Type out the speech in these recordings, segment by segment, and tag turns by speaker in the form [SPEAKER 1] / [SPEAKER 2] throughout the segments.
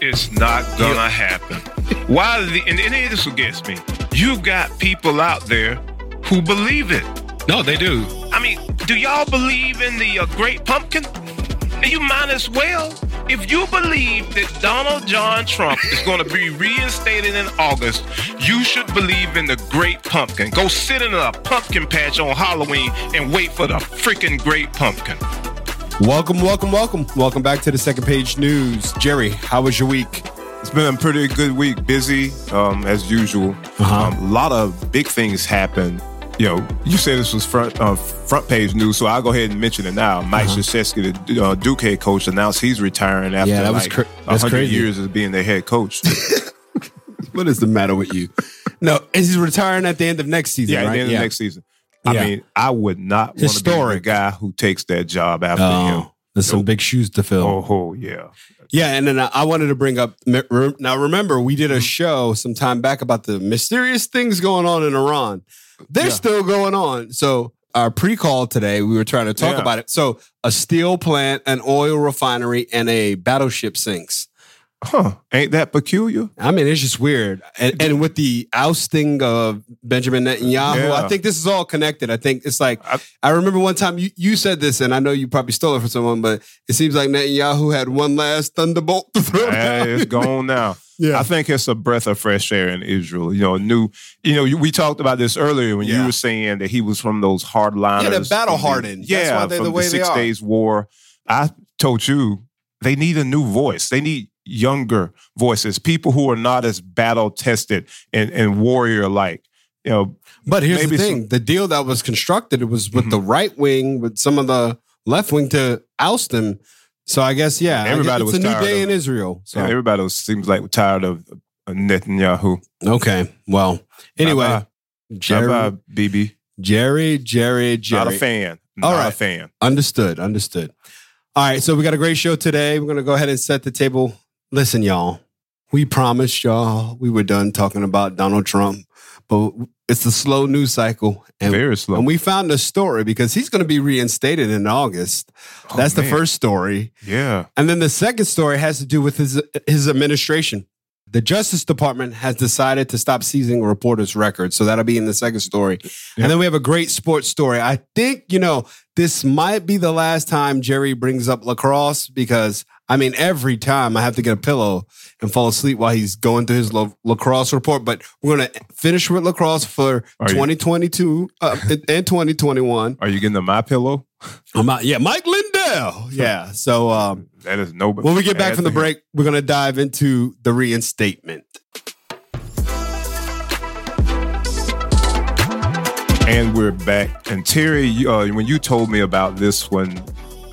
[SPEAKER 1] That's not gonna happen. Why? The, and, and this will gets me. You got people out there who believe it.
[SPEAKER 2] No, they do.
[SPEAKER 1] I mean, do y'all believe in the uh, Great Pumpkin? You might as well. If you believe that Donald John Trump is going to be reinstated in August, you should believe in the Great Pumpkin. Go sit in a pumpkin patch on Halloween and wait for the freaking Great Pumpkin.
[SPEAKER 3] Welcome, welcome, welcome. Welcome back to the second page news. Jerry, how was your week?
[SPEAKER 4] It's been a pretty good week, busy um, as usual.
[SPEAKER 3] Uh-huh.
[SPEAKER 4] Um, a lot of big things happened. You know, you said this was front uh, front page news, so I'll go ahead and mention it now. Mike
[SPEAKER 3] Uh-huh.
[SPEAKER 4] uh the uh, Duke head coach, announced he's retiring after
[SPEAKER 3] Yeah, that was
[SPEAKER 4] like
[SPEAKER 3] cra- that's
[SPEAKER 4] 100
[SPEAKER 3] crazy.
[SPEAKER 4] years of being their head coach.
[SPEAKER 3] What is the matter with you? No, and he's retiring at the end of next season,
[SPEAKER 4] yeah, at
[SPEAKER 3] right?
[SPEAKER 4] the end of next season. I
[SPEAKER 3] Yeah.
[SPEAKER 4] mean, I would not want to be the
[SPEAKER 3] Historic.
[SPEAKER 4] guy who takes that job after him.
[SPEAKER 3] Oh, there's some big shoes to fill.
[SPEAKER 4] Oh, oh, yeah.
[SPEAKER 3] Yeah, and then I I wanted to bring up. me- re- Now, remember, we
[SPEAKER 4] Mm-hmm.
[SPEAKER 3] did a show some time back about the mysterious things going on in Iran. They're
[SPEAKER 4] Yeah.
[SPEAKER 3] still going on. So, our pre call today, we were trying to talk
[SPEAKER 4] Yeah.
[SPEAKER 3] about it. So, a steel plant, an oil refinery, and a battleship sinks.
[SPEAKER 4] Huh. Ain't that peculiar?
[SPEAKER 3] I mean, it's just weird. And, and with the ousting of Benjamin Netanyahu, I
[SPEAKER 4] Yeah.
[SPEAKER 3] think this is all connected. I think it's like, I,
[SPEAKER 4] I-
[SPEAKER 3] remember one time you, you said this, and I know you probably stole it from someone, but it seems like Netanyahu had one last thunderbolt to
[SPEAKER 4] Hey,
[SPEAKER 3] throw down.
[SPEAKER 4] Ah, it's gone now.
[SPEAKER 3] Yeah.
[SPEAKER 4] I think it's a breath of fresh air in Israel. You know, new. You know, you- we talked about this earlier when
[SPEAKER 3] Yeah.
[SPEAKER 4] you were saying that he was from those hardliners.
[SPEAKER 3] Yeah, they're battle
[SPEAKER 4] from the-
[SPEAKER 3] hardened. That's
[SPEAKER 4] Yeah,
[SPEAKER 3] why they're
[SPEAKER 4] from
[SPEAKER 3] the way they
[SPEAKER 4] Six
[SPEAKER 3] are.
[SPEAKER 4] Days War. I told you they need a new voice. They need younger voices, people who are not as battle tested and, and warrior like. You know,
[SPEAKER 3] But here's
[SPEAKER 4] Maybe Mhm.
[SPEAKER 3] the thing: the deal that was constructed it was with the right wing, with some of the left wing to oust him. So I guess yeah, I guess
[SPEAKER 4] Everybody was
[SPEAKER 3] it's a new
[SPEAKER 4] tired
[SPEAKER 3] day
[SPEAKER 4] of
[SPEAKER 3] in
[SPEAKER 4] it.
[SPEAKER 3] Israel. So
[SPEAKER 4] so everybody was- seems like tired of uh, Netanyahu.
[SPEAKER 3] okay, well, anyway,
[SPEAKER 4] Bye-bye.
[SPEAKER 3] Jerry,
[SPEAKER 4] Bye-bye, BB.
[SPEAKER 3] Jerry, Jerry, Jerry,
[SPEAKER 4] Not a fan. Not
[SPEAKER 3] All
[SPEAKER 4] a
[SPEAKER 3] right.
[SPEAKER 4] fan.
[SPEAKER 3] Understood, understood. All right, so we got a great show today. We're gonna go ahead and set the table. Listen, y'all, we promised y'all we were done talking about Donald Trump, but it's the slow news cycle, and
[SPEAKER 4] Very slow.
[SPEAKER 3] And we found a story because he's going to be reinstated in August. That's the
[SPEAKER 4] Oh, man.
[SPEAKER 3] first story.
[SPEAKER 4] yeah.
[SPEAKER 3] And then the second story has to do with his his administration. The Justice Department has decided to stop seizing reporters' records. So that'll be in the second story. And then we have a great sports story. I think, you know, this might be the last time Jerry brings up lacrosse because I mean, every time I have to get a pillow and fall asleep while he's going through his la- lacrosse report. But we're going to finish with lacrosse for
[SPEAKER 4] Are you-
[SPEAKER 3] 2022 uh, and- and 2021.
[SPEAKER 4] Are you getting to my pillow?
[SPEAKER 3] I'm out- yeah, Mike Lindell. Yeah. So, um,
[SPEAKER 4] That is no.
[SPEAKER 3] when we get back from the break, we're going to dive into the reinstatement.
[SPEAKER 4] and we're back. And Terry, you- uh, when you told me about this one,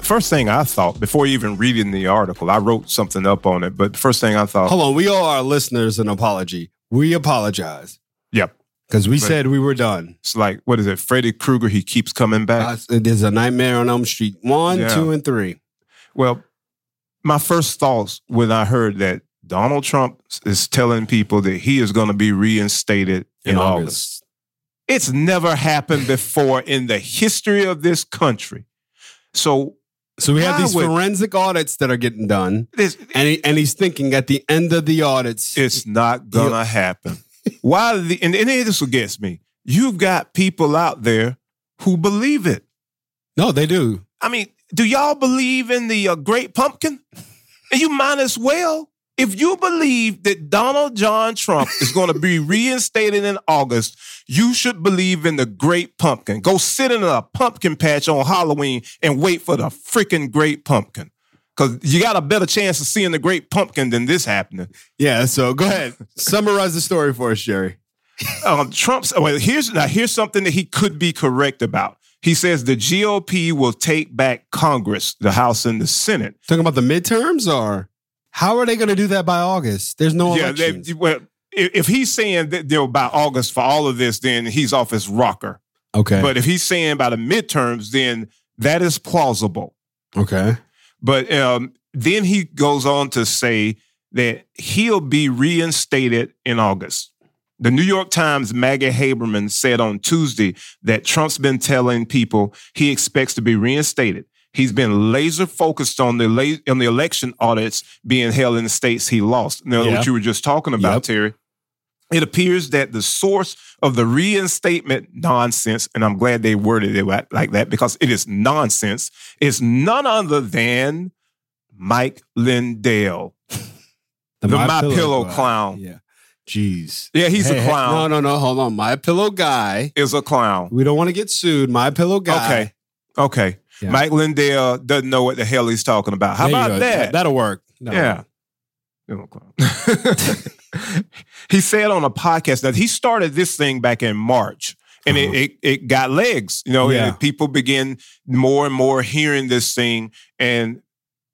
[SPEAKER 4] first thing I thought before even reading the article, I wrote something up on it. But first thing I thought,
[SPEAKER 3] Hold on. We owe our listeners an apology. We apologize
[SPEAKER 4] yep,
[SPEAKER 3] because we
[SPEAKER 4] Right.
[SPEAKER 3] said we were done.
[SPEAKER 4] it's like what is it? Freddy Krueger. He keeps coming back.
[SPEAKER 3] Uh, it is a nightmare on Elm Street one,
[SPEAKER 4] Yeah.
[SPEAKER 3] two, and three.
[SPEAKER 4] Well, my first thoughts when I heard that Donald Trump is telling people that he is going to be reinstated in, August. It's never happened before in the history of this country. So
[SPEAKER 3] So we have
[SPEAKER 4] Why
[SPEAKER 3] these
[SPEAKER 4] would-
[SPEAKER 3] forensic audits that are getting done,
[SPEAKER 4] this,
[SPEAKER 3] and he, and he's thinking at the end of the audits,
[SPEAKER 4] It's not gonna happen. Why? The, and, and this will gets me. You've got people out there who believe it.
[SPEAKER 3] no, they do.
[SPEAKER 4] I mean, do y'all believe in the uh, Great Pumpkin? And you might as well. If you believe that Donald John Trump is going to be reinstated in August, you should believe in the Great Pumpkin. Go sit in a pumpkin patch on Halloween and wait for the freaking Great Pumpkin. Because you got a better chance of seeing the Great Pumpkin than this happening.
[SPEAKER 3] Yeah. So go ahead, summarize the story for us, Jerry.
[SPEAKER 4] um, Trump's well, here's now here's something that he could be correct about. He says the GOP will take back Congress, the House, and the Senate.
[SPEAKER 3] Talking about the midterms, or how are they going to do that by August? There's no
[SPEAKER 4] yeah, they,
[SPEAKER 3] elections.
[SPEAKER 4] well, if, if he's saying that they'll by August for all of this, then he's off his rocker.
[SPEAKER 3] okay.
[SPEAKER 4] But if he's saying by the midterms, then that is plausible.
[SPEAKER 3] okay.
[SPEAKER 4] But um, then he goes on to say that he'll be reinstated in August. The New York Times' Maggie Haberman said on Tuesday that Trump's been telling people he expects to be reinstated. He's been laser focused on the la- on the election audits being held in the states he lost. Now,
[SPEAKER 2] Yeah.
[SPEAKER 4] what you were just talking about,
[SPEAKER 3] Yep.
[SPEAKER 4] Terry. It appears that the source of the reinstatement nonsense, and I'm glad they worded it like- like that because it is nonsense, is none other than Mike Lindell, the, My, Pillow, clown.
[SPEAKER 3] Yeah. Jeez.
[SPEAKER 4] Yeah, he's
[SPEAKER 2] Hey,
[SPEAKER 4] a
[SPEAKER 2] hey,
[SPEAKER 4] clown.
[SPEAKER 3] No, no, no. Hold on. My Pillow guy.
[SPEAKER 4] Is a clown.
[SPEAKER 3] We don't want to get sued. My Pillow guy.
[SPEAKER 4] Okay. Okay.
[SPEAKER 3] Yeah.
[SPEAKER 4] Mike Lindell doesn't know what the hell he's talking about. How
[SPEAKER 2] There you
[SPEAKER 4] about
[SPEAKER 2] go.
[SPEAKER 4] that?
[SPEAKER 3] That'll work. That'll
[SPEAKER 4] yeah.
[SPEAKER 3] work.
[SPEAKER 4] You're a clown. he said on a podcast that he started this thing back in March. And it, it, it got legs, you know.
[SPEAKER 3] Uh-huh. Yeah.
[SPEAKER 4] And people begin more and more hearing this thing, and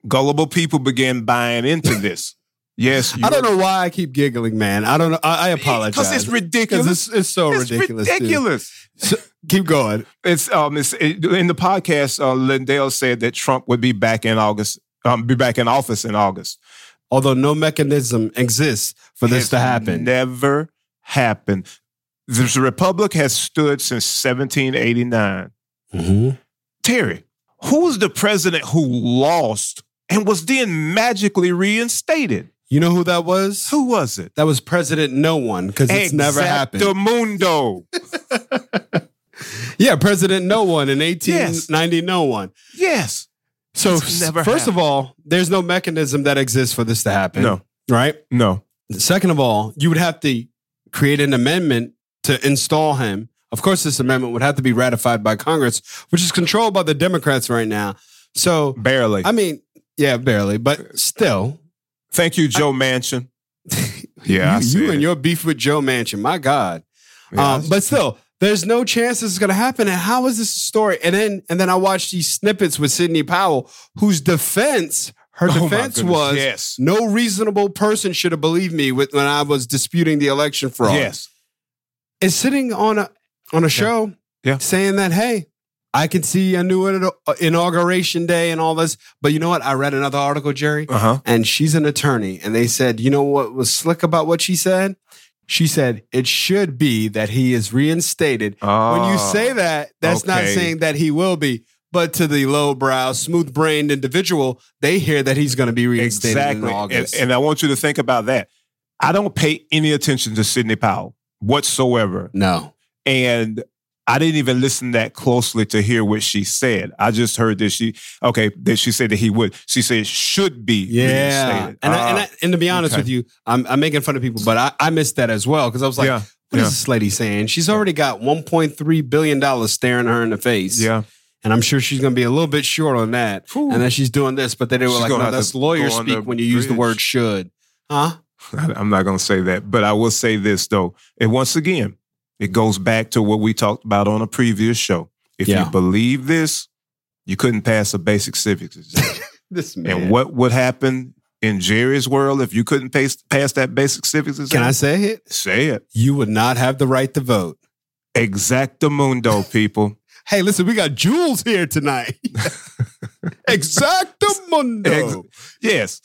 [SPEAKER 4] gullible people begin buying into this. yes,
[SPEAKER 3] I don't know why I keep giggling, man. I don't know. I, I apologize.
[SPEAKER 4] because it's
[SPEAKER 3] 'Cause
[SPEAKER 4] ridiculous.
[SPEAKER 3] it's, it's so
[SPEAKER 4] it's
[SPEAKER 3] ridiculous. dude.
[SPEAKER 4] ridiculous.
[SPEAKER 3] Keep going.
[SPEAKER 4] It's um, it's it, in the podcast. Uh, Lindell said that Trump would be back in August. Um, be back in office in August
[SPEAKER 3] Although no mechanism exists for this
[SPEAKER 4] It's
[SPEAKER 3] to happen.
[SPEAKER 4] Never happened. The republic has stood since 1789.
[SPEAKER 3] Mhm.
[SPEAKER 4] Terry, who's the president who lost and was then magically reinstated?
[SPEAKER 3] You know who that was?
[SPEAKER 4] Who was it?
[SPEAKER 3] That was President No One because it's never happened.
[SPEAKER 4] Mundo.
[SPEAKER 3] Yeah, President No One in 1890 No One.
[SPEAKER 4] yes.
[SPEAKER 3] So
[SPEAKER 4] It's never
[SPEAKER 3] first
[SPEAKER 4] happened.
[SPEAKER 3] of all, there's no mechanism that exists for this to happen.
[SPEAKER 4] No.
[SPEAKER 3] Right?
[SPEAKER 4] No.
[SPEAKER 3] Second of all, you would have to create an amendment to install him. Of course, this amendment would have to be ratified by Congress, which is controlled by the Democrats right now. So,
[SPEAKER 4] Barely.
[SPEAKER 3] I mean, yeah, barely, but still,
[SPEAKER 4] Thank you, Joe Manchin. yeah. I
[SPEAKER 3] you, you
[SPEAKER 4] said
[SPEAKER 3] and
[SPEAKER 4] it.
[SPEAKER 3] your beef with Joe Manchin, my God.
[SPEAKER 4] Yeah,
[SPEAKER 3] Um, but still, there's no chance this is going to happen. And how is this a story? And then, and then I watched these snippets with Sidney Powell, whose defense, her
[SPEAKER 4] Oh my
[SPEAKER 3] defense
[SPEAKER 4] goodness,
[SPEAKER 3] was,
[SPEAKER 4] yes.
[SPEAKER 3] no reasonable person should have believed me with, when I was disputing the election fraud.
[SPEAKER 4] Yes.
[SPEAKER 3] is sitting on a on a show,
[SPEAKER 4] Yeah.
[SPEAKER 3] saying that hey. I can see a new in- inauguration day and all this, but you know what? I read another article, Jerry,
[SPEAKER 4] Uh huh.
[SPEAKER 3] and she's an attorney. And they said, you know what was slick about what she said? She said, it should be that he is reinstated. when you say that, that's not
[SPEAKER 4] Oh, okay.
[SPEAKER 3] saying that he will be. But to the lowbrow, smooth brained individual, they hear that he's going to be reinstated
[SPEAKER 4] exactly,
[SPEAKER 3] in
[SPEAKER 4] and,
[SPEAKER 3] August.
[SPEAKER 4] and I want you to think about that. I don't pay any attention to Sidney Powell whatsoever,
[SPEAKER 3] no.
[SPEAKER 4] and I didn't even listen that closely to hear what she said. I just heard that she okay that she said that he would. She said should be
[SPEAKER 3] Yeah.
[SPEAKER 4] reinstated. Ah.
[SPEAKER 3] And, I, and, I, and to be honest
[SPEAKER 4] okay.
[SPEAKER 3] with you, I'm, I'm making fun of people, but I, I missed that as well because I was like,
[SPEAKER 4] yeah,
[SPEAKER 3] what is
[SPEAKER 4] yeah.
[SPEAKER 3] this lady saying? She's already got $1.3 billion staring her in the face.
[SPEAKER 4] yeah.
[SPEAKER 3] And I'm sure she's going to be a little bit short on that.
[SPEAKER 4] Whew.
[SPEAKER 3] And then she's doing this, but then they were
[SPEAKER 4] She's
[SPEAKER 3] like,
[SPEAKER 4] gonna
[SPEAKER 3] no,
[SPEAKER 4] have to
[SPEAKER 3] that's lawyer
[SPEAKER 4] go on the
[SPEAKER 3] speak when you use the
[SPEAKER 4] bridge.
[SPEAKER 3] word should. Huh?
[SPEAKER 4] I- I'm not going to say that, but I will say this though. And once again, it goes back to what we talked about on a previous show. If
[SPEAKER 3] Yeah.
[SPEAKER 4] you believe this, you couldn't pass a basic civics exam.
[SPEAKER 3] This man.
[SPEAKER 4] and what would happen in Jerry's world if you couldn't pass, pass that basic civics exam?
[SPEAKER 3] Can I say it?
[SPEAKER 4] say it?
[SPEAKER 3] You would not have the right to vote.
[SPEAKER 4] Exactamundo, people.
[SPEAKER 3] Hey, listen, we got Jules here tonight. Exactamundo.
[SPEAKER 4] Ex- yes.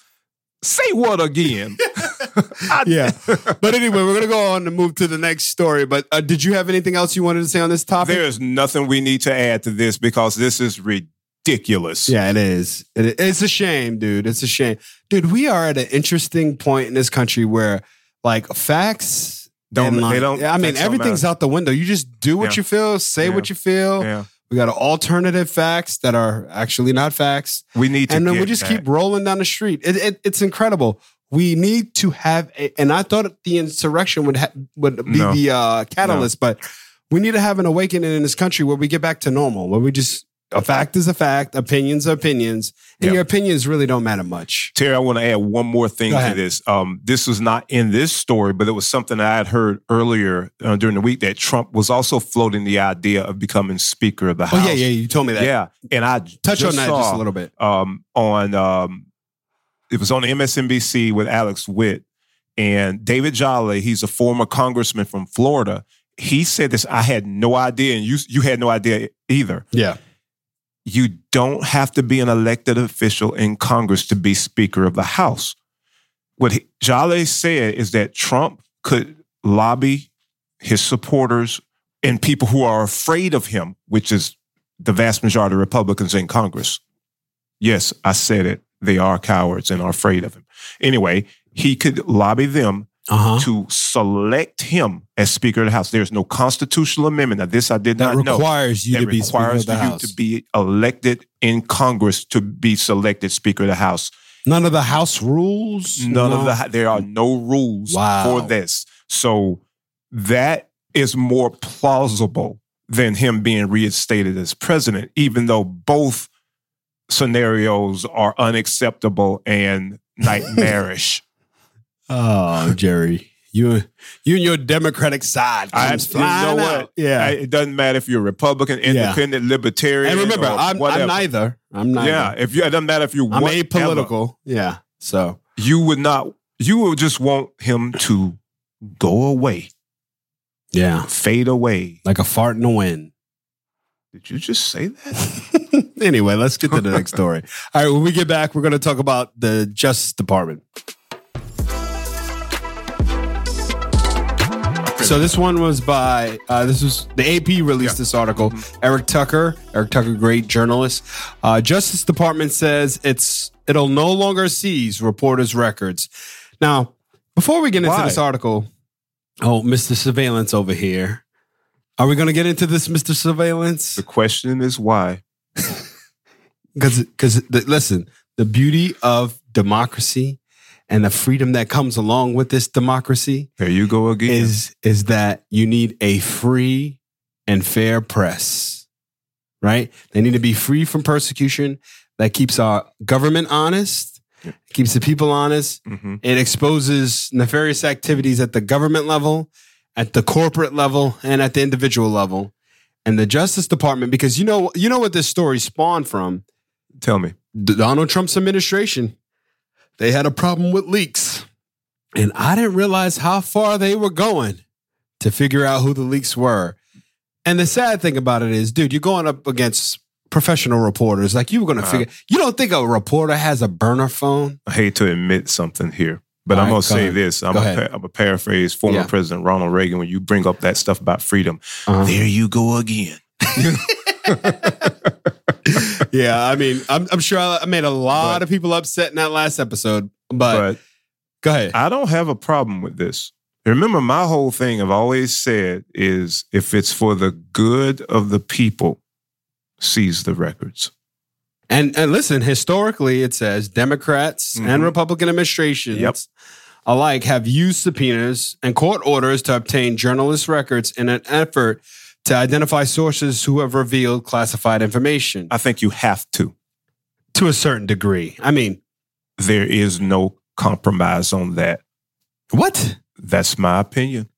[SPEAKER 4] Say what again? I-
[SPEAKER 3] yeah. But anyway, we're going to go on and move to the next story. But uh, did you have anything else you wanted to say on this topic?
[SPEAKER 4] There is nothing we need to add to this because this is ridiculous.
[SPEAKER 3] Yeah, it is. It is. It's a shame, dude. It's a shame. Dude, we are at an interesting point in this country where like facts
[SPEAKER 4] Don't
[SPEAKER 3] and,
[SPEAKER 4] they
[SPEAKER 3] like-
[SPEAKER 4] don't?
[SPEAKER 3] I mean,
[SPEAKER 4] facts don't
[SPEAKER 3] everything's out the window. You just do what
[SPEAKER 4] Yeah.
[SPEAKER 3] you feel, say
[SPEAKER 4] Yeah.
[SPEAKER 3] what you feel.
[SPEAKER 4] matter. Yeah,
[SPEAKER 3] We got alternative facts that are actually not facts.
[SPEAKER 4] we need to.
[SPEAKER 3] and then we
[SPEAKER 4] get
[SPEAKER 3] just
[SPEAKER 4] that.
[SPEAKER 3] keep rolling down the street. It, it, it's incredible. We need to have, a, and I thought the insurrection would ha- would be
[SPEAKER 4] No.
[SPEAKER 3] the uh, catalyst, but we need to have an awakening in this country where we get back to normal, where we just a fact is a fact, opinions are opinions, and
[SPEAKER 4] Yeah.
[SPEAKER 3] your opinions really don't matter much.
[SPEAKER 4] Terry, I want to add one more thing
[SPEAKER 3] Go
[SPEAKER 4] to
[SPEAKER 3] ahead.
[SPEAKER 4] this. Um, this was not in this story, but it was something I had heard earlier uh, during the week that Trump was also floating the idea of becoming Speaker of the House.
[SPEAKER 3] Oh yeah, yeah, you told me that.
[SPEAKER 4] yeah. And I
[SPEAKER 3] touch on that
[SPEAKER 4] saw,
[SPEAKER 3] just a little bit.
[SPEAKER 4] Um, on um, it was on MSNBC with Alex Witt and David Jolly. He's a former congressman from Florida. He said this. I had no idea, and you you had no idea either
[SPEAKER 3] Yeah,
[SPEAKER 4] you don't have to be an elected official in Congress to be Speaker of the House. What he, Jolly said is that Trump could lobby his supporters and people who are afraid of him, which is the vast majority of Republicans in Congress. Yes, I said it. They are cowards and are afraid of him. Anyway, he could lobby them
[SPEAKER 3] Uh
[SPEAKER 4] to select him as Speaker of the House. There's no constitutional amendment. Now, this I did
[SPEAKER 3] That
[SPEAKER 4] not know.
[SPEAKER 3] requires you
[SPEAKER 4] That
[SPEAKER 3] to be Speaker
[SPEAKER 4] requires
[SPEAKER 3] of the
[SPEAKER 4] you
[SPEAKER 3] House.
[SPEAKER 4] to be elected in Congress to be selected Speaker of the House.
[SPEAKER 3] None of the House rules.
[SPEAKER 4] None
[SPEAKER 3] No.
[SPEAKER 4] of the there are no rules
[SPEAKER 3] Wow.
[SPEAKER 4] for this. So that is more plausible than him being reinstated as president, even though both scenarios are unacceptable and nightmarish.
[SPEAKER 3] Oh, Jerry, you you and your Democratic side.
[SPEAKER 4] I-
[SPEAKER 3] comes
[SPEAKER 4] you know
[SPEAKER 3] flying
[SPEAKER 4] what?
[SPEAKER 3] out. Yeah.
[SPEAKER 4] I- it doesn't matter if you're Republican,
[SPEAKER 3] Yeah.
[SPEAKER 4] independent, libertarian.
[SPEAKER 3] and remember,
[SPEAKER 4] or
[SPEAKER 3] I'm,
[SPEAKER 4] whatever.
[SPEAKER 3] I'm neither. I'm neither.
[SPEAKER 4] Yeah, if you, it doesn't matter if you're
[SPEAKER 3] I'm
[SPEAKER 4] whatever,
[SPEAKER 3] apolitical. Yeah. So
[SPEAKER 4] You would not. You would just want him to go away,
[SPEAKER 3] yeah,
[SPEAKER 4] fade away.
[SPEAKER 3] like a fart in the wind.
[SPEAKER 4] Did you just say that?
[SPEAKER 3] anyway, let's get to the next story. All right, when we get back, we're going to talk about the Justice Department. So this one was by uh, this was the AP released this article. Eric Tucker, Eric Tucker, great journalist. Uh, Justice Department says it's it'll no longer seize reporters' records. Now, before we get into
[SPEAKER 4] Why?
[SPEAKER 3] this article, oh, Mr. Surveillance over here, are we going to get into this, Mr. Surveillance?
[SPEAKER 4] The question is why.
[SPEAKER 3] because because listen the beauty of democracy and the freedom that comes along with this democracy
[SPEAKER 4] There you go again.
[SPEAKER 3] is is that you need a free and fair press right they need to be free from persecution that keeps our government honest keeps the people honest
[SPEAKER 4] hmm
[SPEAKER 3] it exposes nefarious activities at the government level, at the corporate level, and at the individual level. And the Justice Department, because you know you know what this story spawned from?
[SPEAKER 4] Tell me.
[SPEAKER 3] D- Donald Trump's administration. They had a problem with leaks. And I didn't realize how far they were going to figure out who the leaks were. And the sad thing about it is, dude, you're going up against professional reporters. Like you were going to
[SPEAKER 4] Uh-huh.
[SPEAKER 3] figure, you don't think a reporter has a burner phone?
[SPEAKER 4] I hate to admit something here, but
[SPEAKER 3] All
[SPEAKER 4] I'm
[SPEAKER 3] right,
[SPEAKER 4] gonna
[SPEAKER 3] go
[SPEAKER 4] say
[SPEAKER 3] ahead.
[SPEAKER 4] this. I'm
[SPEAKER 3] Go
[SPEAKER 4] gonna
[SPEAKER 3] ahead.
[SPEAKER 4] pa- I'm gonna paraphrase former
[SPEAKER 3] Yeah.
[SPEAKER 4] President Ronald Reagan when you bring up that stuff about freedom.
[SPEAKER 3] Uh-huh.
[SPEAKER 4] There you go again.
[SPEAKER 3] yeah, I mean, I'm, I'm sure I made a lot of people upset in that last episode, but,
[SPEAKER 4] But
[SPEAKER 3] go ahead.
[SPEAKER 4] I don't have a problem with this. Remember, my whole thing I've always said is if it's for the good of the people, seize the records.
[SPEAKER 3] and and listen, historically, it says Democrats and
[SPEAKER 4] Mhm.
[SPEAKER 3] Republican administrations
[SPEAKER 4] Yep.
[SPEAKER 3] alike have used subpoenas and court orders to obtain journalist records in an effort to identify sources who have revealed classified information uh,
[SPEAKER 4] I think you have to.
[SPEAKER 3] to a certain degree. I mean,
[SPEAKER 4] There is no compromise on that.
[SPEAKER 3] what?
[SPEAKER 4] That's my opinion,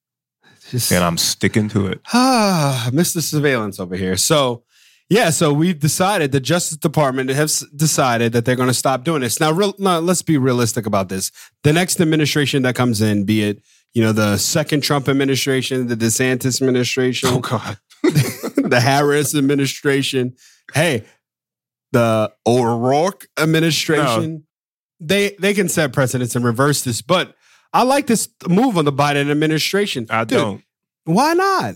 [SPEAKER 3] Just-
[SPEAKER 4] and I'm sticking to it.
[SPEAKER 3] Ah, Mr. Surveillance over here. So, yeah, so we've decided the Justice Department has decided that they're going to stop doing this. Now, real, now, let's be realistic about this. The next administration that comes in, be it you know the second Trump administration, the DeSantis administration,
[SPEAKER 4] Oh, God.
[SPEAKER 3] the Harris administration, hey, the O'Rourke administration, they they can set precedents and reverse this. But I like this move on the Biden administration.
[SPEAKER 4] I
[SPEAKER 3] Dude,
[SPEAKER 4] don't.
[SPEAKER 3] why not?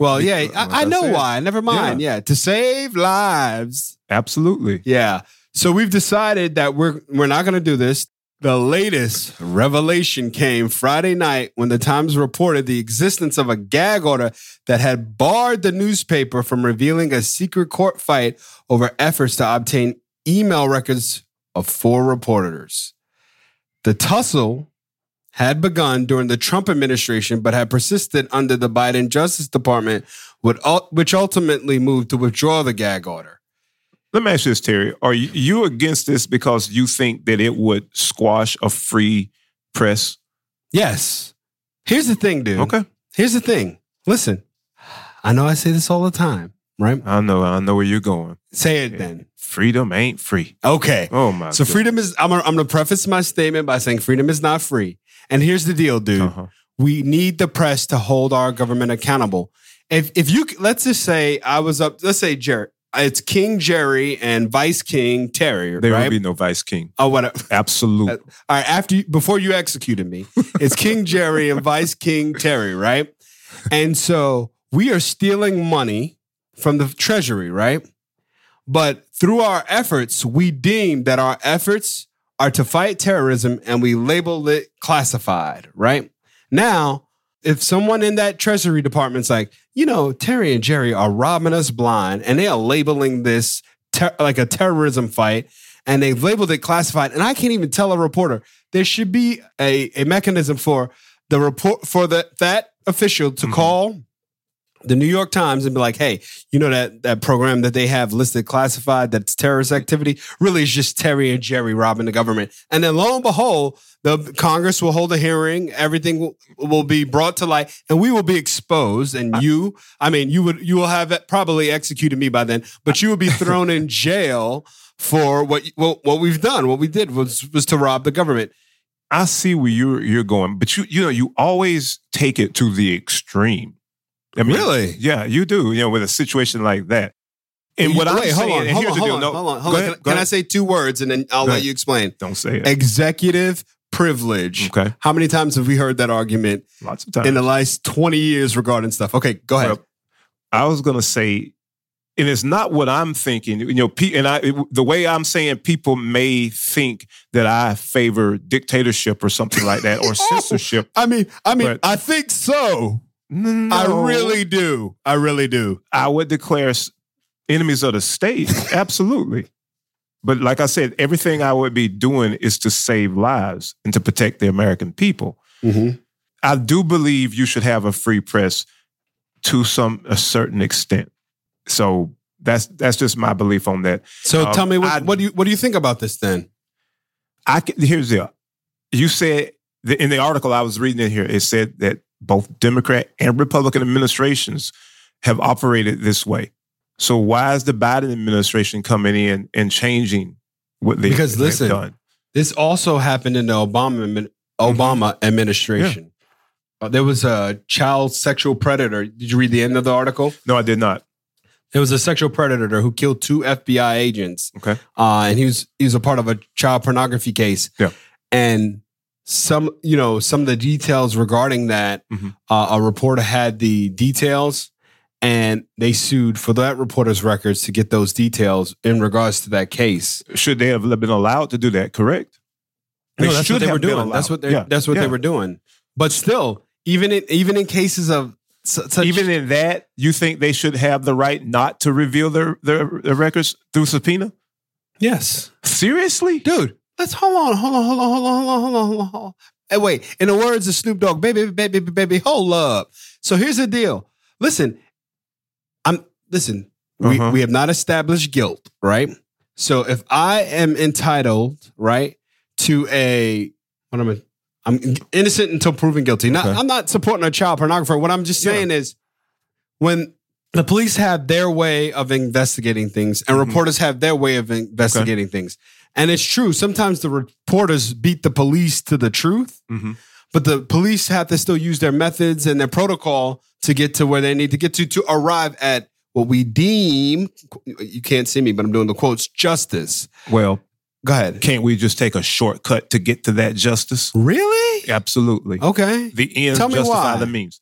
[SPEAKER 3] Well, yeah,
[SPEAKER 4] Because, like
[SPEAKER 3] I, I
[SPEAKER 4] I
[SPEAKER 3] know
[SPEAKER 4] said,
[SPEAKER 3] why. Never mind. Yeah. to save lives.
[SPEAKER 4] Absolutely.
[SPEAKER 3] Yeah. So we've decided that we're we're not going to do this. The latest revelation came Friday night when the Times reported the existence of a gag order that had barred the newspaper from revealing a secret court fight over efforts to obtain email records of four reporters. The tussle had begun during the Trump administration but had persisted under the Biden Justice Department, would ul- which ultimately moved to withdraw the gag order.
[SPEAKER 4] Let me ask you this, Terry. Are you, you against this because you think that it would squash a free press?
[SPEAKER 3] Yes. Here's the thing, dude.
[SPEAKER 4] Okay.
[SPEAKER 3] Here's the thing. Listen, I know I say this all the time, right?
[SPEAKER 4] I know. I know where you're going.
[SPEAKER 3] Say it then.
[SPEAKER 4] Freedom ain't free.
[SPEAKER 3] Okay.
[SPEAKER 4] Oh, my
[SPEAKER 3] So freedom is. I'm. Gonna, I'm gonna preface my statement by saying freedom is not free. And here's the deal, dude.
[SPEAKER 4] Uh-huh.
[SPEAKER 3] We need the press to hold our government accountable. If if you let's just say I was up. Let's say Jerry. It's King Jerry and Vice King Terry,
[SPEAKER 4] There
[SPEAKER 3] right?
[SPEAKER 4] will be no vice king.
[SPEAKER 3] oh, whatever.
[SPEAKER 4] Absolute.
[SPEAKER 3] All right, after you, before you executed me, it's King Jerry and Vice King Terry, right? And so we are stealing money from the treasury, right? But through our efforts, we deem that our efforts are to fight terrorism and we label it classified, right? Now, if someone in that Treasury department's like, you know, Terry and Jerry are robbing us blind and they are labeling this ter- like a terrorism fight and they've labeled it classified, and I can't even tell a reporter, there should be a, a mechanism for the report for the, that official to
[SPEAKER 4] Mhm.
[SPEAKER 3] call the New York Times and be like, hey, you know that that program that they have listed classified that's terrorist activity really is just Terry and Jerry robbing the government. And then lo and behold, the Congress will hold a hearing, everything will, will be brought to light, and we will be exposed. And you, I mean, you would you will have probably executed me by then, but you will be thrown in jail for what well, what we've done. What we did was was to rob the government.
[SPEAKER 4] I see where you're you're going, but you you know you always take it to the extreme. I mean,
[SPEAKER 3] Really?
[SPEAKER 4] Yeah, you do. You know, with a situation like that. And what I'm
[SPEAKER 3] Wait,
[SPEAKER 4] saying,
[SPEAKER 3] hold on,
[SPEAKER 4] and
[SPEAKER 3] hold
[SPEAKER 4] here's the
[SPEAKER 3] on, hold
[SPEAKER 4] deal.
[SPEAKER 3] on,
[SPEAKER 4] no,
[SPEAKER 3] hold on, hold
[SPEAKER 4] go
[SPEAKER 3] on.
[SPEAKER 4] ahead,
[SPEAKER 3] Can,
[SPEAKER 4] go
[SPEAKER 3] can I
[SPEAKER 4] ahead.
[SPEAKER 3] say two words and then I'll
[SPEAKER 4] Go
[SPEAKER 3] let
[SPEAKER 4] ahead.
[SPEAKER 3] you explain?
[SPEAKER 4] Don't say it.
[SPEAKER 3] Executive privilege.
[SPEAKER 4] Okay,
[SPEAKER 3] How many times have we heard that argument
[SPEAKER 4] lots of times.
[SPEAKER 3] in the last 20 years regarding stuff? Okay, go ahead.
[SPEAKER 4] Well, I was gonna say, and it's not what I'm thinking. You know, pe- and I it- the way I'm saying people may think that I favor dictatorship or something like that or censorship.
[SPEAKER 3] I mean, I mean,
[SPEAKER 4] But-
[SPEAKER 3] I think so.
[SPEAKER 4] No.
[SPEAKER 3] I really do. I really do.
[SPEAKER 4] I would declare s- enemies of the state. Absolutely. But like I said, everything I would be doing is to save lives and to protect the American people. Mm-hmm. I do believe you should have a free press to some a certain extent. So that's that's just my belief on that.
[SPEAKER 3] So
[SPEAKER 4] Um,
[SPEAKER 3] tell me what,
[SPEAKER 4] I-
[SPEAKER 3] what do you what do you think about this then?
[SPEAKER 4] I can, here's the you said the, in the article I was reading in here it said that both Democrat and Republican administrations have operated this way. So why is the Biden administration coming in and changing what they
[SPEAKER 3] Because
[SPEAKER 4] have
[SPEAKER 3] listen,
[SPEAKER 4] done?
[SPEAKER 3] This also happened in the Obama admin-
[SPEAKER 4] Mm-hmm.
[SPEAKER 3] Obama administration. Uh, there was a child sexual predator. Did you read the end of the article?
[SPEAKER 4] No, I did not.
[SPEAKER 3] There was a sexual predator who killed two FBI agents.
[SPEAKER 4] Okay.
[SPEAKER 3] Uh, and he was he was a part of a child pornography case.
[SPEAKER 4] Yeah.
[SPEAKER 3] And some, you know, some of the details regarding that,
[SPEAKER 4] Mhm.
[SPEAKER 3] uh, a reporter had the details and they sued for that reporter's records to get those details in regards to that case.
[SPEAKER 4] Should they have been allowed to do that? Correct.
[SPEAKER 3] No, that's what they were
[SPEAKER 4] have been
[SPEAKER 3] doing. That's
[SPEAKER 4] allowed.
[SPEAKER 3] what they
[SPEAKER 4] Yeah.
[SPEAKER 3] that's what
[SPEAKER 4] Yeah.
[SPEAKER 3] they were doing. But still, even in even in cases of su- such
[SPEAKER 4] Even in that, you think they should have the right not to reveal their their, their records through subpoena?
[SPEAKER 3] yes.
[SPEAKER 4] Seriously?
[SPEAKER 3] dude. Let's hold on, hold on, hold on, hold on, hold on, hold on, hold on, hold on. Hey, wait. In the words of Snoop Dogg, baby, baby, baby, baby, hold up. So here's the deal. Listen, I'm listen.
[SPEAKER 4] Uh-huh.
[SPEAKER 3] We we have not established guilt, right? So if I am entitled, right, to a what am I? I'm innocent until proven guilty. Not,
[SPEAKER 4] Okay.
[SPEAKER 3] I'm not supporting a child pornographer. What I'm just saying is when the police have their way of investigating things and
[SPEAKER 4] Mhm.
[SPEAKER 3] reporters have their way of investigating things. And it's true. Sometimes the reporters beat the police to the truth,
[SPEAKER 4] Mm-hmm.
[SPEAKER 3] but the police have to still use their methods and their protocol to get to where they need to get to to arrive at what we deem you can't see me, but I'm doing the quotes justice.
[SPEAKER 4] Well,
[SPEAKER 3] Go ahead.
[SPEAKER 4] can't we just take a shortcut to get to that justice?
[SPEAKER 3] Really?
[SPEAKER 4] Absolutely.
[SPEAKER 3] Okay.
[SPEAKER 4] The ends
[SPEAKER 3] Oh, Tell me
[SPEAKER 4] justify
[SPEAKER 3] why.
[SPEAKER 4] the means.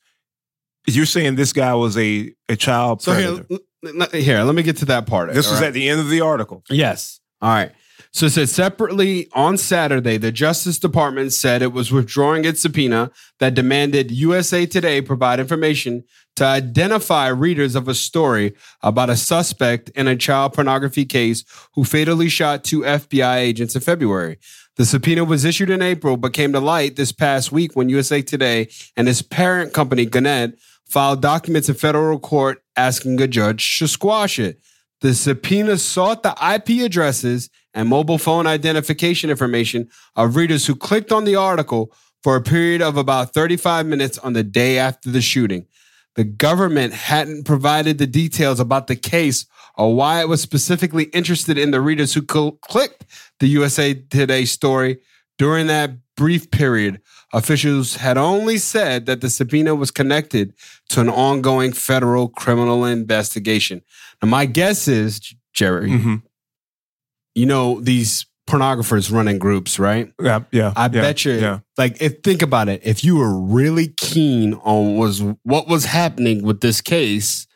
[SPEAKER 4] You're saying this guy was a, a child
[SPEAKER 3] So
[SPEAKER 4] predator.
[SPEAKER 3] here, l- l- here, let me get to that part.
[SPEAKER 4] this
[SPEAKER 3] all
[SPEAKER 4] was
[SPEAKER 3] right?
[SPEAKER 4] at the end of the article.
[SPEAKER 3] Yes. All right. So it said separately on Saturday, the Justice Department said it was withdrawing its subpoena that demanded USA Today provide information to identify readers of a story about a suspect in a child pornography case who fatally shot two FBI agents in February. The subpoena was issued in April, but came to light this past week when USA Today and its parent company, Gannett, filed documents in federal court asking a judge to squash it. The subpoena sought the IP addresses and mobile phone identification information of readers who clicked on the article for a period of about 35 minutes on the day after the shooting. The government hadn't provided the details about the case or why it was specifically interested in the readers who cl- clicked the USA Today story during that brief period. Officials had only said that the subpoena was connected to an ongoing federal criminal investigation. Now, my guess is, J- Jerry,
[SPEAKER 4] Mm-hmm.
[SPEAKER 3] you know, these pornographers run in groups, right?
[SPEAKER 4] Yeah, yeah.
[SPEAKER 3] I
[SPEAKER 4] yeah,
[SPEAKER 3] bet you,
[SPEAKER 4] Yeah.
[SPEAKER 3] like, if think about it, if you were really keen on was what was happening with this case,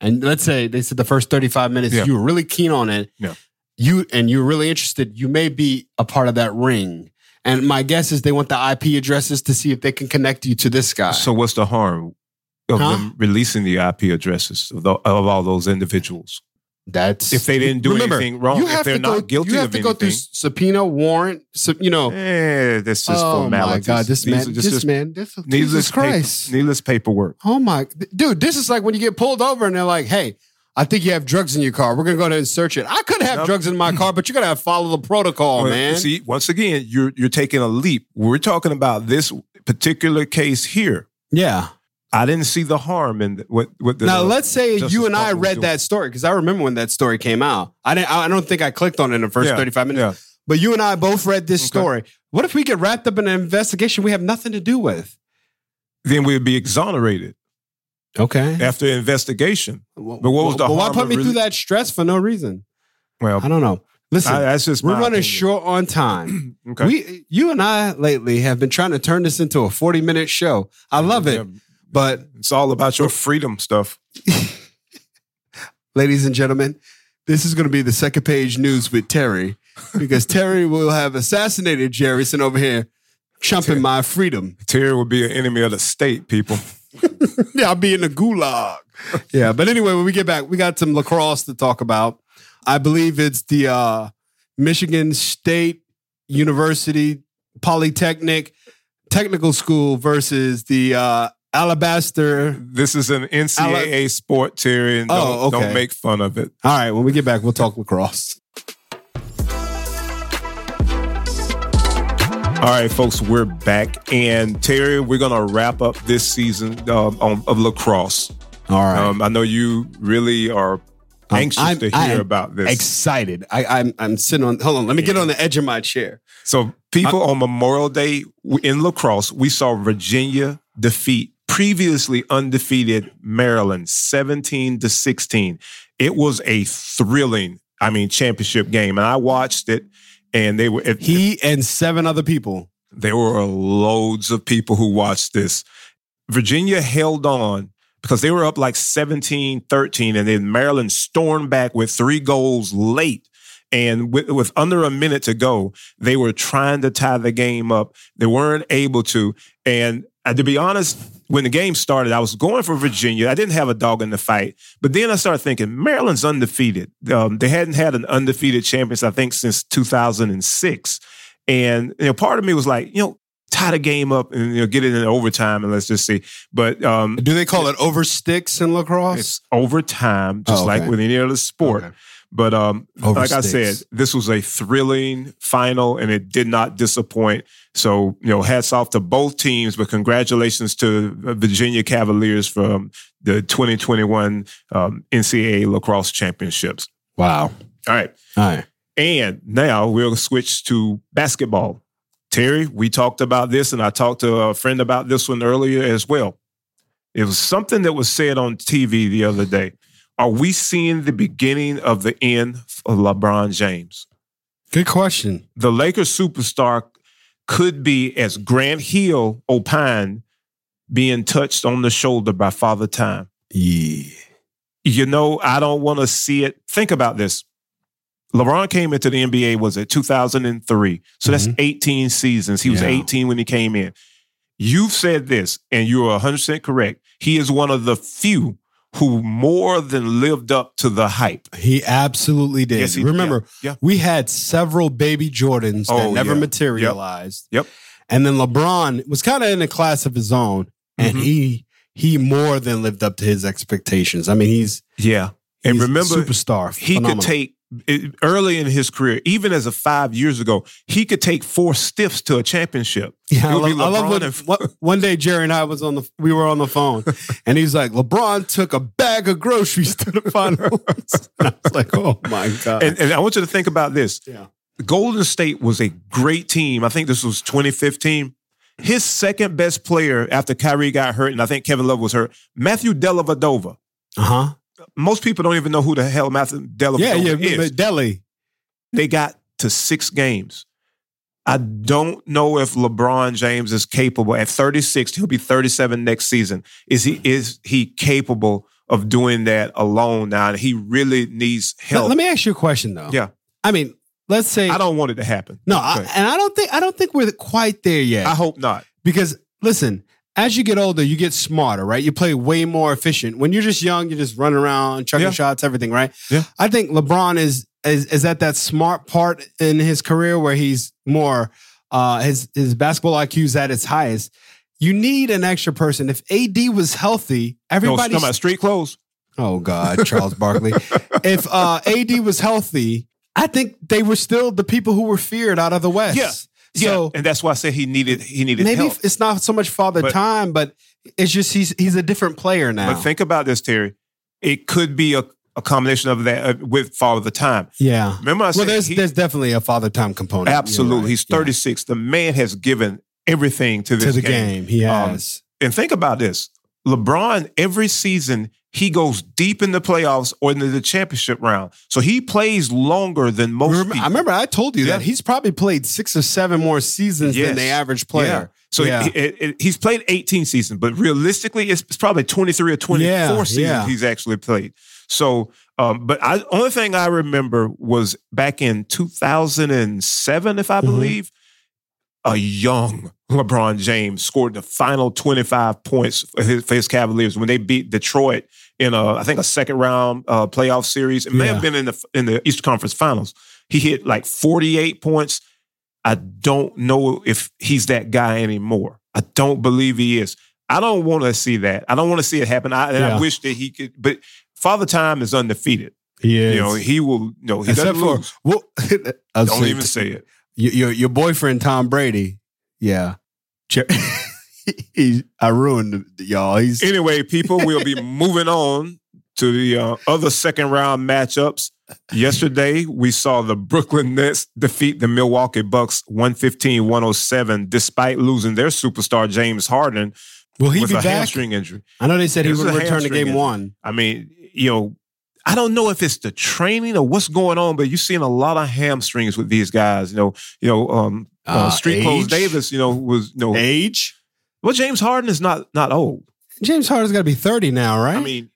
[SPEAKER 3] and let's say they said the first 35 minutes
[SPEAKER 4] Yeah.
[SPEAKER 3] you were really keen on it
[SPEAKER 4] Yeah.
[SPEAKER 3] you and you're really interested you may be a part of that ring and my guess is they want the ip addresses to see if they can connect you to this guy
[SPEAKER 4] So what's the harm of
[SPEAKER 3] Huh?
[SPEAKER 4] them releasing the IP addresses of, the, of all those individuals
[SPEAKER 3] that's
[SPEAKER 4] if they didn't do
[SPEAKER 3] Remember,
[SPEAKER 4] anything wrong?
[SPEAKER 3] you
[SPEAKER 4] If
[SPEAKER 3] have
[SPEAKER 4] they're
[SPEAKER 3] to
[SPEAKER 4] not
[SPEAKER 3] go,
[SPEAKER 4] guilty
[SPEAKER 3] you have
[SPEAKER 4] of
[SPEAKER 3] to go through
[SPEAKER 4] anything,
[SPEAKER 3] subpoena warrant so, you know
[SPEAKER 4] eh, that's just
[SPEAKER 3] oh
[SPEAKER 4] formalities.
[SPEAKER 3] my god this
[SPEAKER 4] These
[SPEAKER 3] man
[SPEAKER 4] are
[SPEAKER 3] this,
[SPEAKER 4] just- just
[SPEAKER 3] man this
[SPEAKER 4] needless
[SPEAKER 3] jesus
[SPEAKER 4] paper-
[SPEAKER 3] christ
[SPEAKER 4] needless paperwork.
[SPEAKER 3] Oh my dude, this is like when you get pulled over and they're like, "Hey, I think you have drugs in your car. We're gonna go ahead and search it." I could have
[SPEAKER 4] Nope.
[SPEAKER 3] drugs in my car, but you're gonna have to follow the protocol,
[SPEAKER 4] Well,
[SPEAKER 3] Oh, man.
[SPEAKER 4] See, once again, you're you're taking a leap. We're talking about this particular case here.
[SPEAKER 3] yeah.
[SPEAKER 4] I didn't see the harm in the, what what the
[SPEAKER 3] now let's say
[SPEAKER 4] Justice
[SPEAKER 3] you and I
[SPEAKER 4] Department was
[SPEAKER 3] read
[SPEAKER 4] doing.
[SPEAKER 3] that story because I remember when that story came out. I didn't. I I don't think I clicked on it in the first
[SPEAKER 4] Yeah,
[SPEAKER 3] 35 minutes.
[SPEAKER 4] yeah.
[SPEAKER 3] But you and I both read this
[SPEAKER 4] Okay.
[SPEAKER 3] story. What if we get wrapped up in an investigation we have nothing to do with?
[SPEAKER 4] then we'd be exonerated
[SPEAKER 3] Okay.
[SPEAKER 4] after investigation.
[SPEAKER 3] But what
[SPEAKER 4] was the
[SPEAKER 3] Why
[SPEAKER 4] harm
[SPEAKER 3] put
[SPEAKER 4] of
[SPEAKER 3] me
[SPEAKER 4] really-
[SPEAKER 3] through that stress for no reason?
[SPEAKER 4] Well,
[SPEAKER 3] I don't know. Listen,
[SPEAKER 4] I- that's just
[SPEAKER 3] we're
[SPEAKER 4] my
[SPEAKER 3] running
[SPEAKER 4] opinion.
[SPEAKER 3] short on time.
[SPEAKER 4] Okay.
[SPEAKER 3] We, you and I lately have been trying to turn this into a 40 minute show. I love it.
[SPEAKER 4] Yeah,
[SPEAKER 3] But
[SPEAKER 4] It's all about your freedom stuff.
[SPEAKER 3] ladies and gentlemen, this is going to be the second page news with Terry because Terry will have assassinated Jerry sitting over here chumping my freedom.
[SPEAKER 4] Terry would be an enemy of the state, people.
[SPEAKER 3] yeah, I'll be in the gulag. yeah, but anyway, when we get back, we got some lacrosse to talk about. I believe it's the uh, Michigan State University Polytechnic Technical School versus the uh, Alabaster.
[SPEAKER 4] This is an NCAA sport, Terry, and don't,
[SPEAKER 3] Oh, okay.
[SPEAKER 4] don't make fun of it.
[SPEAKER 3] All right, when we get back, we'll talk lacrosse.
[SPEAKER 4] All right, folks, we're back. And Terry, we're going to wrap up this season um, on, of lacrosse.
[SPEAKER 3] All right.
[SPEAKER 4] Um,
[SPEAKER 3] Um,
[SPEAKER 4] I know you really are anxious
[SPEAKER 3] I'm-
[SPEAKER 4] to hear
[SPEAKER 3] I am
[SPEAKER 4] about this.
[SPEAKER 3] Excited. I, I'm, I'm sitting on, hold on, let me get on the edge of my chair.
[SPEAKER 4] so, people
[SPEAKER 3] Uh,
[SPEAKER 4] on Memorial Day w- in lacrosse, we saw Virginia defeat previously undefeated Maryland 17 to 16. It was a thrilling, I mean, championship game. And I watched it, and they were, if,
[SPEAKER 3] He and seven other people.
[SPEAKER 4] There were loads of people who watched this. Virginia held on because they were up like 17 13, and then Maryland stormed back with three goals late. And with, with under a minute to go, they were trying to tie the game up. They weren't able to. And uh, to be honest, when the game started, I was going for Virginia. I didn't have a dog in the fight. But then I started thinking Maryland's undefeated. Um, they hadn't had an undefeated champions, I think, since 2006. And you know, part of me was like, you know, tie the game up and you know, get it in overtime and let's just see. But um,
[SPEAKER 3] Do they call it over sticks in lacrosse?
[SPEAKER 4] it's overtime, just
[SPEAKER 3] Oh,
[SPEAKER 4] like
[SPEAKER 3] okay.
[SPEAKER 4] with any other sport.
[SPEAKER 3] Okay.
[SPEAKER 4] But um,
[SPEAKER 3] Over
[SPEAKER 4] like I
[SPEAKER 3] sticks.
[SPEAKER 4] said, this was a thrilling final, and it did not disappoint. So you know, hats off to both teams, but congratulations to Virginia Cavaliers from the 2021 um, NCAA lacrosse championships.
[SPEAKER 3] Wow. All
[SPEAKER 4] All right.
[SPEAKER 3] right.
[SPEAKER 4] And now we'll switch to basketball. Terry, we talked about this, and I talked to a friend about this one earlier as well. It was something that was said on TV the other day. Are we seeing the beginning of the end of LeBron James?
[SPEAKER 3] Good question.
[SPEAKER 4] The Lakers superstar could be, as Grant Hill opined, being touched on the shoulder by Father Time
[SPEAKER 3] Yeah.
[SPEAKER 4] you know, I don't want to see it. Think about this. LeBron came into the NBA, was it 2003? So that's
[SPEAKER 3] Mhm.
[SPEAKER 4] 18 seasons. He was
[SPEAKER 3] Yeah.
[SPEAKER 4] 18 when he came in. You've said this, and you're 100% correct. He is one of the few who more than lived up to the hype.
[SPEAKER 3] He absolutely did.
[SPEAKER 4] Yes, he-
[SPEAKER 3] Remember,
[SPEAKER 4] yeah, yeah.
[SPEAKER 3] we had several baby Jordans that
[SPEAKER 4] Oh,
[SPEAKER 3] never
[SPEAKER 4] yeah.
[SPEAKER 3] materialized.
[SPEAKER 4] Yep.
[SPEAKER 3] And then LeBron was kind of in a class of his own, and
[SPEAKER 4] Mhm.
[SPEAKER 3] he he more than lived up to his expectations. I mean, he's
[SPEAKER 4] Yeah. And
[SPEAKER 3] he's a
[SPEAKER 4] remember,
[SPEAKER 3] superstar.
[SPEAKER 4] he
[SPEAKER 3] Phenomenal.
[SPEAKER 4] could take it- early in his career, even as a five years ago, he could take four stiffs to a championship.
[SPEAKER 3] Yeah, I
[SPEAKER 4] it would
[SPEAKER 3] love,
[SPEAKER 4] be
[SPEAKER 3] I love
[SPEAKER 4] LeBron
[SPEAKER 3] when,
[SPEAKER 4] and-
[SPEAKER 3] what- one day Jerry and I was on the we were on the phone, and he's like, "LeBron took a bag of groceries to the finals." and I was like, "Oh my god!"
[SPEAKER 4] Uh, And, and I want you to think about this.
[SPEAKER 3] Yeah.
[SPEAKER 4] Golden State was a great team. I think this was 2015. His second best player after Kyrie got hurt, and I think Kevin Love was hurt, Matthew Dellavedova.
[SPEAKER 3] uh huh.
[SPEAKER 4] Most people don't even know who the hell Matthew
[SPEAKER 3] Yeah,
[SPEAKER 4] Dellavedova
[SPEAKER 3] yeah.
[SPEAKER 4] is.
[SPEAKER 3] But Delhi,
[SPEAKER 4] They got to six games. I don't know if LeBron James is capable at 36. He'll be 37 next season. Is he is he capable of doing that alone now. And he really needs
[SPEAKER 3] Let-
[SPEAKER 4] help.
[SPEAKER 3] Let me ask you a question though.
[SPEAKER 4] Yeah.
[SPEAKER 3] I mean, let's say
[SPEAKER 4] I don't want it to happen.
[SPEAKER 3] no, I,
[SPEAKER 4] Right.
[SPEAKER 3] and I don't think I don't think we're quite there yet.
[SPEAKER 4] I hope not.
[SPEAKER 3] because listen, as you get older, you get smarter, right? You play way more efficient. When you're just young, you're just running around, chucking
[SPEAKER 4] Yeah.
[SPEAKER 3] shots, everything, right?
[SPEAKER 4] Yeah.
[SPEAKER 3] I think LeBron is is is at that smart part in his career where he's more uh his his basketball IQ is at its highest. You need an extra person. If AD was healthy,
[SPEAKER 4] No, it's
[SPEAKER 3] everybody's
[SPEAKER 4] talking about street clothes.
[SPEAKER 3] Oh God, Charles Barkley. if uh, AD was healthy, I think they were still the people who were feared out of the West.
[SPEAKER 4] Yeah.
[SPEAKER 3] So
[SPEAKER 4] and that's why I said he needed he needed
[SPEAKER 3] maybe
[SPEAKER 4] help.
[SPEAKER 3] it's not so much father
[SPEAKER 4] But-
[SPEAKER 3] time, but it's just he's he's a different player now.
[SPEAKER 4] But think about this, Terry. It could be a, a combination of that uh, with Father the Time.
[SPEAKER 3] yeah.
[SPEAKER 4] Remember I
[SPEAKER 3] Well,
[SPEAKER 4] said
[SPEAKER 3] there's
[SPEAKER 4] he- Oh,
[SPEAKER 3] there's definitely a father time component.
[SPEAKER 4] absolutely.
[SPEAKER 3] You're right.
[SPEAKER 4] He's
[SPEAKER 3] Yeah.
[SPEAKER 4] 36. The man has given everything to this
[SPEAKER 3] to the
[SPEAKER 4] game.
[SPEAKER 3] game. He
[SPEAKER 4] Um,
[SPEAKER 3] has.
[SPEAKER 4] And think about this. LeBron, every season, he goes deep in the playoffs or into the championship round. So he plays longer than most
[SPEAKER 3] Remember-
[SPEAKER 4] people.
[SPEAKER 3] I remember I told you that
[SPEAKER 4] Yeah.
[SPEAKER 3] he's probably played six or seven more seasons
[SPEAKER 4] Yes.
[SPEAKER 3] than the average player.
[SPEAKER 4] Yeah. So
[SPEAKER 3] Yeah.
[SPEAKER 4] he- it- it- he's played 18 seasons, but realistically, it's, it's probably 23 or 24
[SPEAKER 3] Yeah,
[SPEAKER 4] seasons
[SPEAKER 3] yeah.
[SPEAKER 4] he's actually played. So, um, but I only thing I remember was back in 2007, if I
[SPEAKER 3] Mhm.
[SPEAKER 4] believe, a young LeBron James scored the final 25 points for his, for his Cavaliers when they beat Detroit in a, I think a second round uh, playoff series. It may
[SPEAKER 3] Yeah.
[SPEAKER 4] have been in the in the Eastern Conference Finals. He hit like 48 points. I don't know if he's that guy anymore. I don't believe he is. I don't want to see that. I don't want to see it happen. I, and
[SPEAKER 3] Yeah.
[SPEAKER 4] I wish that he could. But Father Time is undefeated.
[SPEAKER 3] He is.
[SPEAKER 4] You know, he will. No, he
[SPEAKER 3] Except
[SPEAKER 4] doesn't
[SPEAKER 3] for-
[SPEAKER 4] lose.
[SPEAKER 3] well, I was
[SPEAKER 4] Don't
[SPEAKER 3] saying-
[SPEAKER 4] even say it.
[SPEAKER 3] your your, your boyfriend Tom Brady. Yeah, Jer- he, I ruined it, y'all. He's
[SPEAKER 4] Anyway, people, we'll be moving on to the uh, other second round matchups. Yesterday, we saw the Brooklyn Nets defeat the Milwaukee Bucks 115 107, despite losing their superstar James Harden
[SPEAKER 3] will he
[SPEAKER 4] with
[SPEAKER 3] be
[SPEAKER 4] a
[SPEAKER 3] back?
[SPEAKER 4] hamstring injury.
[SPEAKER 3] I know they said he
[SPEAKER 4] This is
[SPEAKER 3] would
[SPEAKER 4] a
[SPEAKER 3] return to
[SPEAKER 4] hamstring
[SPEAKER 3] game
[SPEAKER 4] injury.
[SPEAKER 3] one.
[SPEAKER 4] I mean, you know, I don't know if it's the training or what's going on, but you're seeing a lot of hamstrings with these guys. You know, you know, um, uh,
[SPEAKER 3] Uh,
[SPEAKER 4] Street Clothes
[SPEAKER 3] age?
[SPEAKER 4] Davis, you know, was you know,
[SPEAKER 3] Age?
[SPEAKER 4] well, James Harden is not not old.
[SPEAKER 3] James Harden's got to be thirty now, right?
[SPEAKER 4] I mean,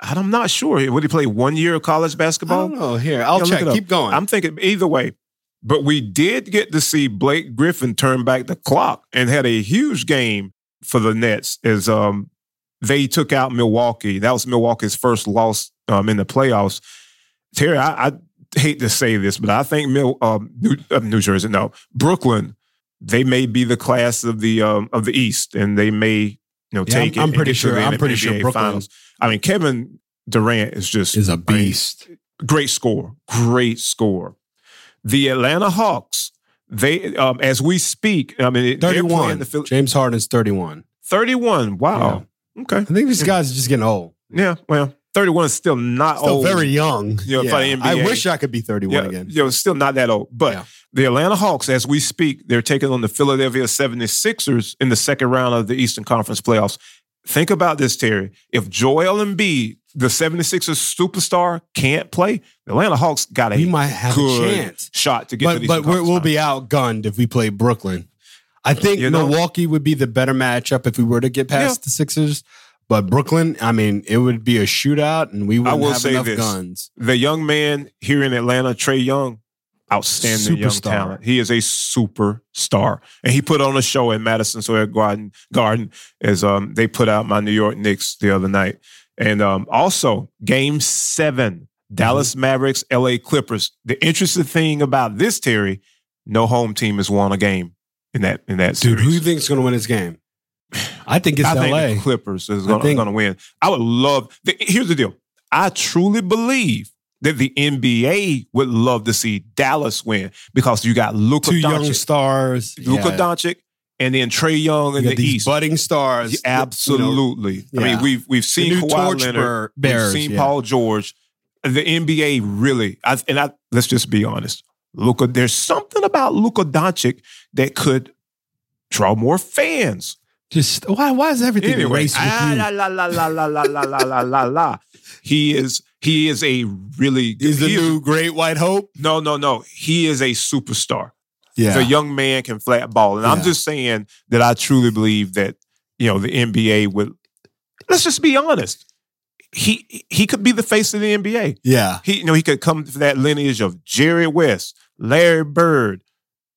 [SPEAKER 4] I'm not sure. Would he play one year of college
[SPEAKER 3] I
[SPEAKER 4] basketball?
[SPEAKER 3] don't know. Here, I'll
[SPEAKER 4] Yeah, look
[SPEAKER 3] check.
[SPEAKER 4] it up.
[SPEAKER 3] Keep going.
[SPEAKER 4] I'm thinking either way. But we did get to see Blake Griffin turn back the clock and had a huge game for the Nets as um, they took out Milwaukee. That was Milwaukee's first loss um, in the playoffs. Terry, I, I hate to say this, but I think Mil, um, New, uh, New Jersey, no, Brooklyn, they may be the class of the um, of the East, and they may you know
[SPEAKER 3] Yeah,
[SPEAKER 4] take
[SPEAKER 3] I'm- I'm
[SPEAKER 4] it. and
[SPEAKER 3] pretty
[SPEAKER 4] get to
[SPEAKER 3] sure-
[SPEAKER 4] the
[SPEAKER 3] I'm pretty sure
[SPEAKER 4] NBA
[SPEAKER 3] Brooklyn-
[SPEAKER 4] Finals. I mean, Kevin Durant is just
[SPEAKER 3] a
[SPEAKER 4] beast. great score, great score. The Atlanta Hawks, they um, as we speak, I mean, they're playing
[SPEAKER 3] Thirty-one.
[SPEAKER 4] the Phil-
[SPEAKER 3] James Harden's thirty-one.
[SPEAKER 4] thirty-one. Wow. Okay.
[SPEAKER 3] I think these guys are just getting old.
[SPEAKER 4] Yeah. Well, thirty-one is still not
[SPEAKER 3] Still
[SPEAKER 4] old.
[SPEAKER 3] very young.
[SPEAKER 4] Yeah, for the
[SPEAKER 3] I
[SPEAKER 4] NBA.
[SPEAKER 3] wish I could be thirty-one
[SPEAKER 4] yeah,
[SPEAKER 3] again.
[SPEAKER 4] You know, still not that old. But
[SPEAKER 3] Yeah.
[SPEAKER 4] the Atlanta Hawks, as we speak, they're taking on the Philadelphia 76ers in the second round of the Eastern Conference playoffs. Think about this, Terry. If Joel Embiid, the 76ers superstar, can't play, the Atlanta Hawks got a
[SPEAKER 3] We might have a
[SPEAKER 4] good
[SPEAKER 3] chance.
[SPEAKER 4] shot to get to
[SPEAKER 3] but
[SPEAKER 4] the
[SPEAKER 3] but
[SPEAKER 4] Eastern
[SPEAKER 3] we're,
[SPEAKER 4] Conference
[SPEAKER 3] we'll be outgunned if we play Brooklyn. I think
[SPEAKER 4] You know?
[SPEAKER 3] Milwaukee would be the better matchup if we were to get past
[SPEAKER 4] Yeah.
[SPEAKER 3] the Sixers. But Brooklyn, I mean, it would be a shootout, and we wouldn't
[SPEAKER 4] will
[SPEAKER 3] have
[SPEAKER 4] say
[SPEAKER 3] enough
[SPEAKER 4] this.
[SPEAKER 3] guns.
[SPEAKER 4] Finals. The young man here in Atlanta, Trey Young, outstanding young
[SPEAKER 3] Superstar.
[SPEAKER 4] talent. He is a superstar. And he put on a show in Madison Square Garden, Garden as um, they put out my New York Knicks the other night. And um, also, game seven, Dallas
[SPEAKER 3] Mm-hmm.
[SPEAKER 4] Mavericks, LA Clippers. The interesting thing about this, Terry, no home team has won a game in that in that
[SPEAKER 3] Dude,
[SPEAKER 4] series.
[SPEAKER 3] who do you think is going to win this game? I think it's
[SPEAKER 4] I think
[SPEAKER 3] LA.
[SPEAKER 4] the Clippers is
[SPEAKER 3] I
[SPEAKER 4] going
[SPEAKER 3] think-
[SPEAKER 4] to win. I would love. The, here's the deal. I truly believe that the NBA would love to see Dallas win because you got Luka
[SPEAKER 3] Two young
[SPEAKER 4] Doncic,
[SPEAKER 3] stars.
[SPEAKER 4] Luka
[SPEAKER 3] Yeah.
[SPEAKER 4] Doncic, and then Trey Young in
[SPEAKER 3] You got
[SPEAKER 4] the
[SPEAKER 3] these
[SPEAKER 4] East.
[SPEAKER 3] budding stars.
[SPEAKER 4] Yeah,
[SPEAKER 3] you know,
[SPEAKER 4] Absolutely. I
[SPEAKER 3] yeah.
[SPEAKER 4] mean, we've we've
[SPEAKER 3] the
[SPEAKER 4] seen
[SPEAKER 3] new
[SPEAKER 4] Kawhi
[SPEAKER 3] torch
[SPEAKER 4] Leonard,
[SPEAKER 3] bear-
[SPEAKER 4] we've
[SPEAKER 3] bearers.
[SPEAKER 4] seen
[SPEAKER 3] yeah.
[SPEAKER 4] Paul George. The NBA really, I, and I, let's just be honest. Luka, there's something about Luka Doncic that could draw more fans.
[SPEAKER 3] Just why? Why is everything
[SPEAKER 4] Anyway,
[SPEAKER 3] race with
[SPEAKER 4] ah,
[SPEAKER 3] you?
[SPEAKER 4] la la la la la la la la la la la. He is he is a really good-
[SPEAKER 3] He's the
[SPEAKER 4] he is-
[SPEAKER 3] new great white hope.
[SPEAKER 4] no no no he is a superstar.
[SPEAKER 3] Yeah,
[SPEAKER 4] The young man can flat ball, and I'm
[SPEAKER 3] Yeah.
[SPEAKER 4] just saying that I truly believe that you know the NBA would. Let's just be honest. he he could be the face of the NBA.
[SPEAKER 3] Yeah.
[SPEAKER 4] He you know he could come from that lineage of Jerry West, Larry Bird,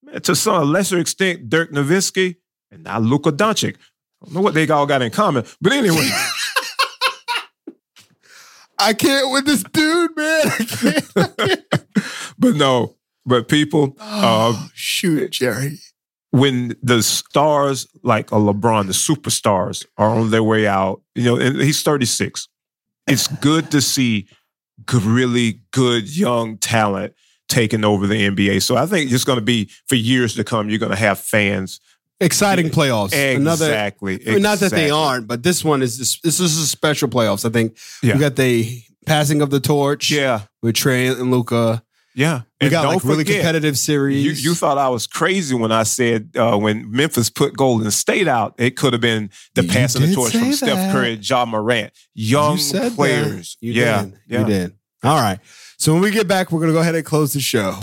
[SPEAKER 4] man, to some lesser extent Dirk Nowitzki, and now Luka Doncic. I don't know what they all got in common, but anyway,
[SPEAKER 3] I can't with this dude, man. I can't.
[SPEAKER 4] but no, but people, uh,
[SPEAKER 3] Oh, shoot, Jerry.
[SPEAKER 4] when the stars like a LeBron, the superstars are on their way out, you know, and he's 36. It's good to see g- really good young talent taking over the NBA. So I think it's going to be for years to come, you're going to have fans.
[SPEAKER 3] Exciting playoffs. Another.
[SPEAKER 4] exactly.
[SPEAKER 3] I mean, not that
[SPEAKER 4] exactly.
[SPEAKER 3] they aren't, but this one is this, this is a special playoffs. I think
[SPEAKER 4] Yeah.
[SPEAKER 3] we got the passing of the torch
[SPEAKER 4] Yeah.
[SPEAKER 3] with Trey and Luca.
[SPEAKER 4] Yeah.
[SPEAKER 3] We
[SPEAKER 4] and
[SPEAKER 3] got
[SPEAKER 4] don't
[SPEAKER 3] like really
[SPEAKER 4] forget,
[SPEAKER 3] competitive
[SPEAKER 4] You,
[SPEAKER 3] series.
[SPEAKER 4] you thought I was crazy when I said uh, when Memphis put Golden State out, it could have been the
[SPEAKER 3] You
[SPEAKER 4] passing the
[SPEAKER 3] did
[SPEAKER 4] torch from
[SPEAKER 3] say
[SPEAKER 4] Steph
[SPEAKER 3] that.
[SPEAKER 4] Curry, John Morant, young
[SPEAKER 3] said that.
[SPEAKER 4] players.
[SPEAKER 3] You
[SPEAKER 4] yeah,
[SPEAKER 3] did.
[SPEAKER 4] yeah.
[SPEAKER 3] You did. All right. So when we get back, we're gonna go ahead and close the show.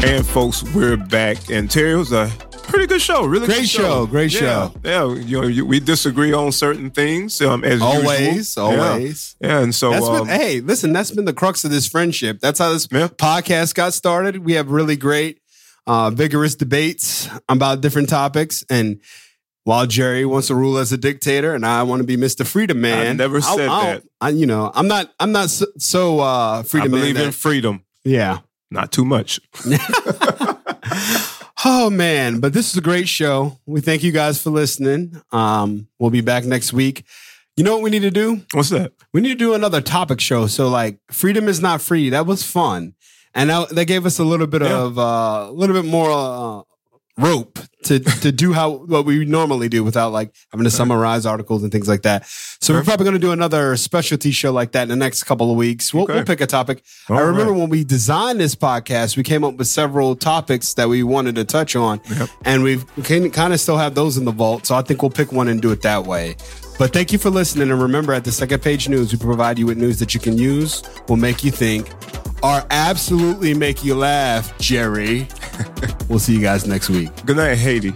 [SPEAKER 4] And folks, we're back. And Terry it was a pretty good show. Really
[SPEAKER 3] Great
[SPEAKER 4] good
[SPEAKER 3] show, great
[SPEAKER 4] Yeah,
[SPEAKER 3] show.
[SPEAKER 4] Yeah, you know, you, we disagree on certain things. Um, as
[SPEAKER 3] Always,
[SPEAKER 4] usual. Yeah.
[SPEAKER 3] always.
[SPEAKER 4] Yeah. and so
[SPEAKER 3] That's
[SPEAKER 4] um,
[SPEAKER 3] been, hey, listen, that's been the crux of this friendship. That's how this
[SPEAKER 4] Yeah.
[SPEAKER 3] podcast got started. We have really great, uh, vigorous debates about different topics. And while Jerry wants to rule as a dictator and I want to be Mr. Freedom Man,
[SPEAKER 4] never
[SPEAKER 3] I-
[SPEAKER 4] said
[SPEAKER 3] I
[SPEAKER 4] that.
[SPEAKER 3] don't- I, you know, I'm not, I'm not so, so uh,
[SPEAKER 4] I
[SPEAKER 3] Freedom Man.
[SPEAKER 4] believe in
[SPEAKER 3] that-
[SPEAKER 4] freedom,
[SPEAKER 3] yeah.
[SPEAKER 4] not too much.
[SPEAKER 3] Oh man, but this is a great show. We thank you guys for listening. Um, we'll be back next week. You know what we need to do?
[SPEAKER 4] What's that?
[SPEAKER 3] We need to do another topic show. So like freedom is not free. That was fun. And that, that gave us a little bit
[SPEAKER 4] Yeah.
[SPEAKER 3] of uh, a little bit more uh, rope to to do how what we normally do without like having to summarize articles and things like that. So we're probably going to do another specialty show like that in the next couple of weeks. We'll,
[SPEAKER 4] Okay.
[SPEAKER 3] we'll pick a topic. I
[SPEAKER 4] All
[SPEAKER 3] remember
[SPEAKER 4] right.
[SPEAKER 3] when we designed this podcast, we came up with several topics that we wanted to touch on, and we've we can kind of still have those in the vault. So I think we'll pick one and do it that way. But thank you for listening, and remember, at the Second Page News, we provide you with news that you can use, will make you think, or absolutely make you laugh, Jerry. we'll see you guys next week.
[SPEAKER 4] Good night, Haiti.